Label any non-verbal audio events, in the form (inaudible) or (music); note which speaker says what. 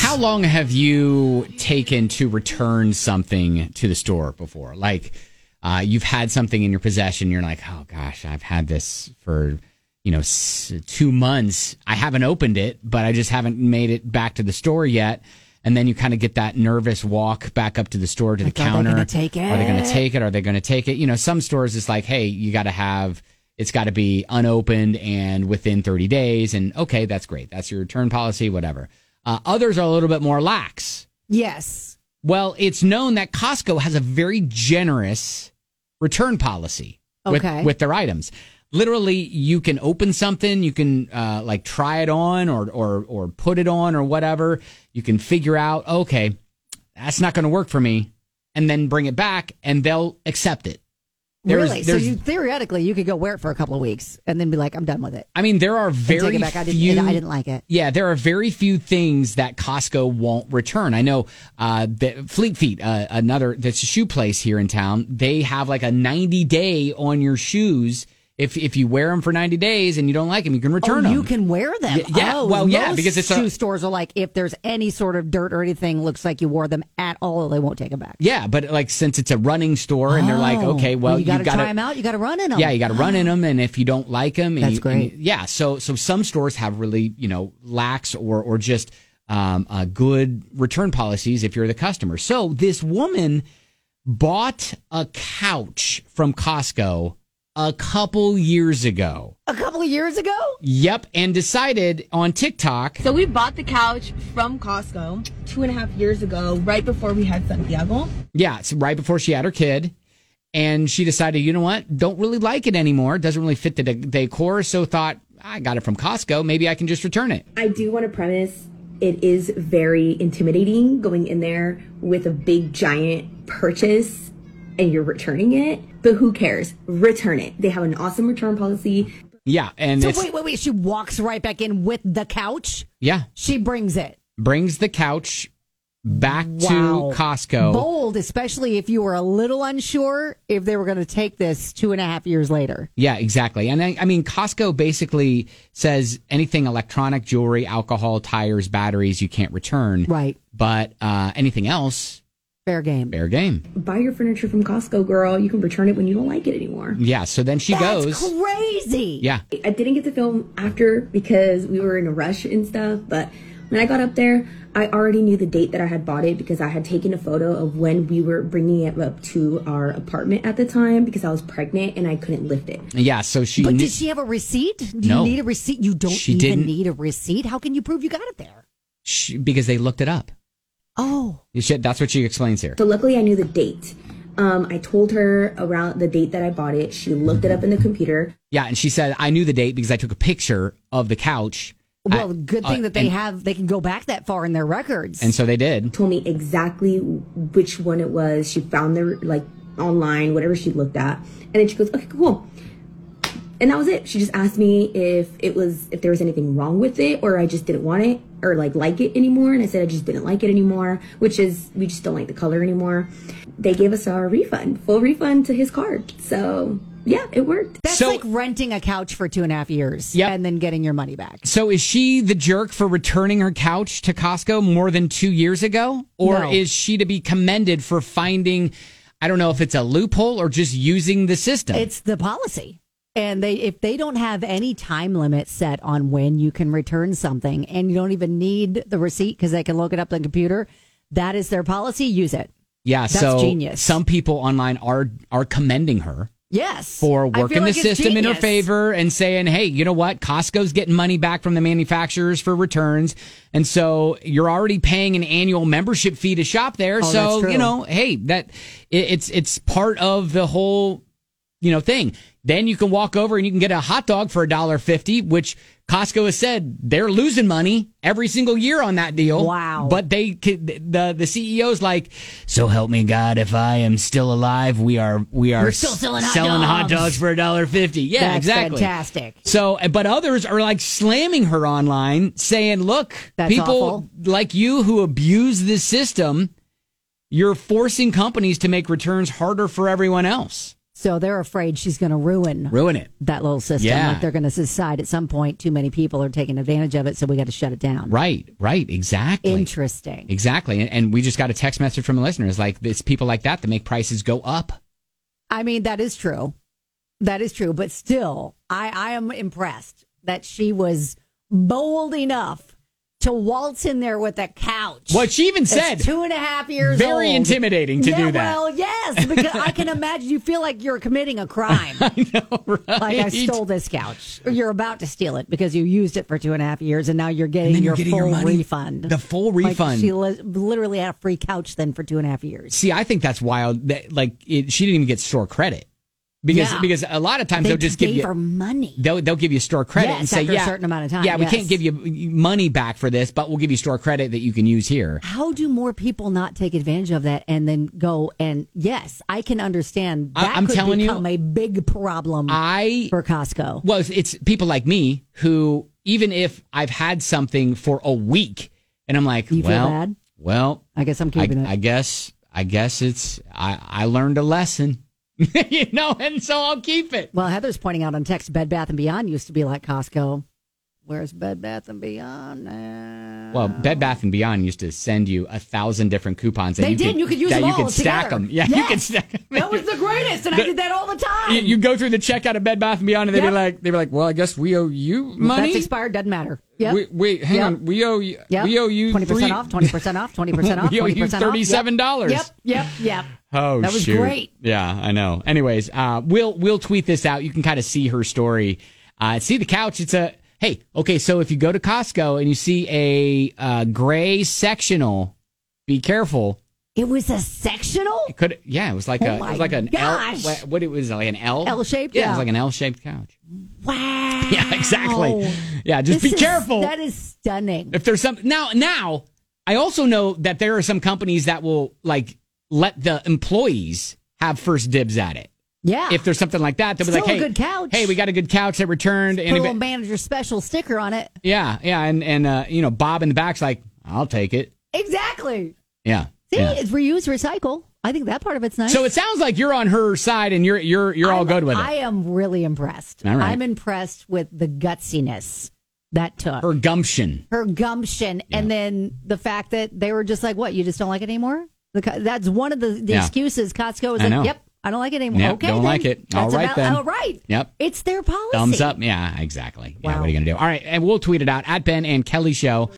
Speaker 1: how long have you taken to return something to the store before? Like, uh, you've had something in your possession, you're like, oh gosh, I've had this for you know s- two months. I haven't opened it, but I just haven't made it back to the store yet. And then you kind of get that nervous walk back up to the store to
Speaker 2: Like,
Speaker 1: the
Speaker 2: are they
Speaker 1: counter.
Speaker 2: gonna take
Speaker 1: Are they going
Speaker 2: it?
Speaker 1: to take it? Are they going to take it? You know, some stores it's like, hey, you got to have it's got to be unopened and within 30 days. And okay, that's great. That's your return policy, whatever. Uh, others are a little bit more lax.
Speaker 2: Yes.
Speaker 1: Well, it's known that Costco has a very generous return policy with,
Speaker 2: Okay.
Speaker 1: with their items. Literally, you can open something, you can uh, like try it on or, or or put it on or whatever. You can figure out, okay, that's not going to work for me, and then bring it back, and they'll accept it. There is-
Speaker 2: really? so
Speaker 1: there's-
Speaker 2: you theoretically you could go wear it for a couple of weeks and then be like, I'm done with it.
Speaker 1: I mean, there are
Speaker 2: And
Speaker 1: very
Speaker 2: take it back. I didn't
Speaker 1: few.
Speaker 2: I didn't like it.
Speaker 1: Yeah, there are very few things that Costco won't return. I know uh, the Fleet Feet, uh, another that's a shoe place here in town. They have like a ninety day on your shoes. If if you wear them for ninety days and you don't like them, you can return
Speaker 2: oh,
Speaker 1: them.
Speaker 2: you can wear them.
Speaker 1: Y- yeah,
Speaker 2: Oh,
Speaker 1: well, yeah,
Speaker 2: most
Speaker 1: because it's a-
Speaker 2: shoe stores are like if there's any sort of dirt or anything looks like you wore them at all, they won't take them back.
Speaker 1: yeah, but like since it's a running store and they're like,
Speaker 2: Oh,
Speaker 1: okay, well,
Speaker 2: you got to
Speaker 1: you've got
Speaker 2: try
Speaker 1: to
Speaker 2: them out. You got to run in them.
Speaker 1: Yeah, you got to run in them, and if you don't like them, and
Speaker 2: Oh That's
Speaker 1: you,
Speaker 2: great.
Speaker 1: and- yeah, so so some stores have really you know lax or or just um, uh, good return policies if you're the customer. So this woman bought a couch from Costco a couple years ago.
Speaker 2: a couple of years ago.
Speaker 1: Yep, and decided on TikTok.
Speaker 3: So we bought the couch from Costco two and a half years ago, right before we had Santiago.
Speaker 1: Yeah, it's right before she had her kid. And she decided, you know what? Don't really like it anymore. Doesn't really fit the de- decor. So thought, I got it from Costco. Maybe I can just return it.
Speaker 4: I do want to premise it is very intimidating going in there with a big giant purchase and you're returning it, but who cares? Return it. They have an awesome return policy.
Speaker 1: Yeah, and
Speaker 2: So
Speaker 1: it's
Speaker 2: wait, wait, wait. She walks right back in with the couch.
Speaker 1: yeah
Speaker 2: She brings it.
Speaker 1: brings the couch back
Speaker 2: Wow.
Speaker 1: to Costco.
Speaker 2: Bold, especially if you were a little unsure if they were going to take this two and a half years later.
Speaker 1: Yeah, exactly. And I, I mean, Costco basically says anything electronic, jewelry, alcohol, tires, batteries, you can't return.
Speaker 2: Right.
Speaker 1: But uh, anything else,
Speaker 2: Fair game.
Speaker 1: fair game.
Speaker 4: Buy your furniture from Costco, girl. You can return it when you don't like it anymore.
Speaker 1: Yeah. So then she
Speaker 2: That's
Speaker 1: goes.
Speaker 2: crazy.
Speaker 1: Yeah.
Speaker 4: I didn't get to film after because we were in a rush and stuff, but when I got up there, I already knew the date that I had bought it because I had taken a photo of when we were bringing it up to our apartment at the time because I was pregnant and I couldn't lift it.
Speaker 1: Yeah. So she.
Speaker 2: But
Speaker 1: knew-
Speaker 2: did she have a receipt? Do
Speaker 1: No.
Speaker 2: you need a receipt? You don't
Speaker 1: She
Speaker 2: even
Speaker 1: didn't.
Speaker 2: need a receipt. How can you prove you got it there?
Speaker 1: she- because they looked it up.
Speaker 2: Oh,
Speaker 1: You should- that's what she explains here.
Speaker 4: So luckily, I knew the date. Um, I told her around the date that I bought it. She looked it up in the computer.
Speaker 1: Yeah, and she said I knew the date because I took a picture of the couch.
Speaker 2: well,
Speaker 1: I-
Speaker 2: good
Speaker 1: uh,
Speaker 2: thing that they
Speaker 1: and-
Speaker 2: have. They can go back that far in their records.
Speaker 1: And so they did.
Speaker 4: Told me exactly which one it was. She found the like online, whatever she looked at, and then she goes, "Okay, cool." And that was it. She just asked me if it was if there was anything wrong with it, or I just didn't want it, or like like it anymore. And I said I just didn't like it anymore, which is we just don't like the color anymore. They gave us our refund, full refund to his card. So yeah, it worked.
Speaker 2: That's
Speaker 1: So-
Speaker 2: like renting a couch for two and a half years
Speaker 1: Yep.
Speaker 2: and then getting your money back.
Speaker 1: So is she the jerk for returning her couch to Costco more than two years ago? Or
Speaker 2: No.
Speaker 1: is she to be commended for finding, I don't know if it's a loophole or just using the system?
Speaker 2: It's the policy. And they if they don't have any time limit set on when you can return something and you don't even need the receipt because they can look it up on the computer, that is their policy. Use it.
Speaker 1: yeah,
Speaker 2: that's
Speaker 1: so
Speaker 2: genius.
Speaker 1: some people online are are commending her
Speaker 2: Yes.
Speaker 1: for
Speaker 2: I feel
Speaker 1: working
Speaker 2: like
Speaker 1: the
Speaker 2: it's
Speaker 1: system in her
Speaker 2: genius.
Speaker 1: favor and saying, "Hey, you know what? Costco's getting money back from the manufacturers for returns, and so you're already paying an annual membership fee to shop there. so
Speaker 2: Oh, that's true.
Speaker 1: you know, hey, that it, it's it's part of the whole you know thing. Then you can walk over and you can get a hot dog for a dollar fifty, which Costco has said they're losing money every single year on that deal.
Speaker 2: Wow.
Speaker 1: But they could- the the CEO's like, so help me God, if I am still alive, we are we are
Speaker 2: We're still selling hot
Speaker 1: hot
Speaker 2: dogs."
Speaker 1: dogs for a dollar fifty. Yeah,
Speaker 2: That's
Speaker 1: exactly.
Speaker 2: fantastic.
Speaker 1: So, uh, but others are like slamming her online, saying, "Look,
Speaker 2: That's
Speaker 1: people
Speaker 2: awful.
Speaker 1: like you who abuse this system, you're forcing companies to make returns harder for everyone else."
Speaker 2: So they're afraid she's going to ruin
Speaker 1: Ruin it.
Speaker 2: that little system.
Speaker 1: Yeah.
Speaker 2: Like they're going to decide at some point too many people are taking advantage of it, so we got to shut it down.
Speaker 1: Right, right, exactly.
Speaker 2: Interesting.
Speaker 1: Exactly. And, and we just got a text message from a listener. It's like, it's people like that that make prices go up.
Speaker 2: I mean, that is true. That is true. But still, I, I am impressed that she was bold enough to waltz in there with a couch.
Speaker 1: What she even
Speaker 2: That's
Speaker 1: said.
Speaker 2: two and a half years
Speaker 1: Very
Speaker 2: old.
Speaker 1: intimidating to
Speaker 2: yeah,
Speaker 1: do that.
Speaker 2: Well, yes, because I can imagine you feel like you're committing
Speaker 1: (laughs)
Speaker 2: a crime. Like I stole this couch, or you're about to steal it because you used it for two and a half years, and now you're getting
Speaker 1: then you're
Speaker 2: your
Speaker 1: getting
Speaker 2: full
Speaker 1: your money.
Speaker 2: refund.
Speaker 1: The full
Speaker 2: Like,
Speaker 1: refund.
Speaker 2: she li- literally had a free couch then for two and a half years.
Speaker 1: See, I think that's wild. That like it, she didn't even get store credit because
Speaker 2: Yeah.
Speaker 1: because a lot of times
Speaker 2: They
Speaker 1: will just give
Speaker 2: gave
Speaker 1: you
Speaker 2: her money.
Speaker 1: they'll they'll give you store credit
Speaker 2: Yes,
Speaker 1: and say
Speaker 2: after a
Speaker 1: yeah
Speaker 2: certain amount of time,
Speaker 1: yeah we
Speaker 2: yes.
Speaker 1: can't give you money back for this but we'll give you store credit that you can use here.
Speaker 2: How do more people not take advantage of that and then go and yes, I can understand
Speaker 1: I-
Speaker 2: that
Speaker 1: I'm
Speaker 2: could
Speaker 1: telling you-
Speaker 2: become a big problem
Speaker 1: I
Speaker 2: for Costco.
Speaker 1: well it's, it's people like me who even if I've had something for a week and I'm like
Speaker 2: You feel
Speaker 1: well
Speaker 2: bad?
Speaker 1: well
Speaker 2: I guess I'm
Speaker 1: I,
Speaker 2: keeping
Speaker 1: I
Speaker 2: it.
Speaker 1: guess I guess it's I I learned a lesson (laughs) you know and so I'll keep it.
Speaker 2: well, Heather's pointing out on text Bed Bath and Beyond used to be like Costco. Where's Bed Bath and Beyond now?
Speaker 1: Well, Bed Bath and Beyond used to send you a thousand different coupons. That
Speaker 2: They
Speaker 1: you
Speaker 2: did,
Speaker 1: Could,
Speaker 2: you could use
Speaker 1: that
Speaker 2: them
Speaker 1: you
Speaker 2: all
Speaker 1: could stack
Speaker 2: together.
Speaker 1: them. Yeah, you
Speaker 2: Yes.
Speaker 1: could stack them.
Speaker 2: that was the greatest, and I did that all the time.
Speaker 1: You, you go through the checkout at Bed Bath and Beyond, and they'd
Speaker 2: Yep.
Speaker 1: be like, they'd be like, well, I guess we owe you money.
Speaker 2: That's expired. Doesn't matter. Yep.
Speaker 1: Wait, wait, hang
Speaker 2: Yep.
Speaker 1: on. We owe you.
Speaker 2: Yep.
Speaker 1: We owe you
Speaker 2: twenty
Speaker 1: three-
Speaker 2: percent off. Twenty percent off.
Speaker 1: (laughs)
Speaker 2: Twenty percent off.
Speaker 1: We owe you
Speaker 2: 20% off. Yep.
Speaker 1: $37.
Speaker 2: Yep. Yep. Yep.
Speaker 1: Oh,
Speaker 2: That was
Speaker 1: shoot.
Speaker 2: great.
Speaker 1: Yeah, I know. Anyways, uh, we'll we'll tweet this out. You can kind of see her story. Uh, see the couch. It's a hey. Okay, so if you go to Costco and you see a uh, gray sectional, be careful.
Speaker 2: It was a sectional.
Speaker 1: Could yeah, it was like
Speaker 2: Oh
Speaker 1: a it
Speaker 2: my
Speaker 1: was like an
Speaker 2: gosh.
Speaker 1: L. what- What it was like an L
Speaker 2: L-shaped,
Speaker 1: Yeah, it
Speaker 2: yeah.
Speaker 1: was like an L shaped couch. (laughs)
Speaker 2: Wow.
Speaker 1: Yeah, exactly. Yeah, just
Speaker 2: This
Speaker 1: be
Speaker 2: is-
Speaker 1: careful.
Speaker 2: That is stunning.
Speaker 1: if there's some now now, I also know that there are some companies that will like let the employees have first dibs at it.
Speaker 2: Yeah.
Speaker 1: If there's something like that, they'll be
Speaker 2: Still
Speaker 1: like,
Speaker 2: a
Speaker 1: "Hey,
Speaker 2: good couch.
Speaker 1: hey, we got a good couch that returned."
Speaker 2: Put a
Speaker 1: And
Speaker 2: little manager special sticker on it.
Speaker 1: yeah, yeah, and and uh, you know, Bob in the back's like, "I'll take it."
Speaker 2: Exactly.
Speaker 1: Yeah.
Speaker 2: See,
Speaker 1: yeah.
Speaker 2: it's reuse, recycle. I think that part of it's nice.
Speaker 1: So it sounds like you're on her side, and you're you're you're all
Speaker 2: I'm-
Speaker 1: good with it.
Speaker 2: I am really impressed.
Speaker 1: All right.
Speaker 2: I'm impressed with the gutsiness that took.
Speaker 1: her gumption.
Speaker 2: her gumption and then the fact that they were just like what you just don't like it anymore The co- that's one of the, the
Speaker 1: Yeah.
Speaker 2: excuses costco was
Speaker 1: I
Speaker 2: like
Speaker 1: know.
Speaker 2: yep i don't like it anymore
Speaker 1: Yep,
Speaker 2: okay
Speaker 1: don't
Speaker 2: then.
Speaker 1: like it.
Speaker 2: that's
Speaker 1: All right
Speaker 2: about,
Speaker 1: then.
Speaker 2: all right
Speaker 1: Yep.
Speaker 2: it's their policy
Speaker 1: Thumbs up. Yeah, exactly. Yeah,
Speaker 2: Wow.
Speaker 1: what are you going to do? All right. And we'll tweet it out at Ben and Kelly Show.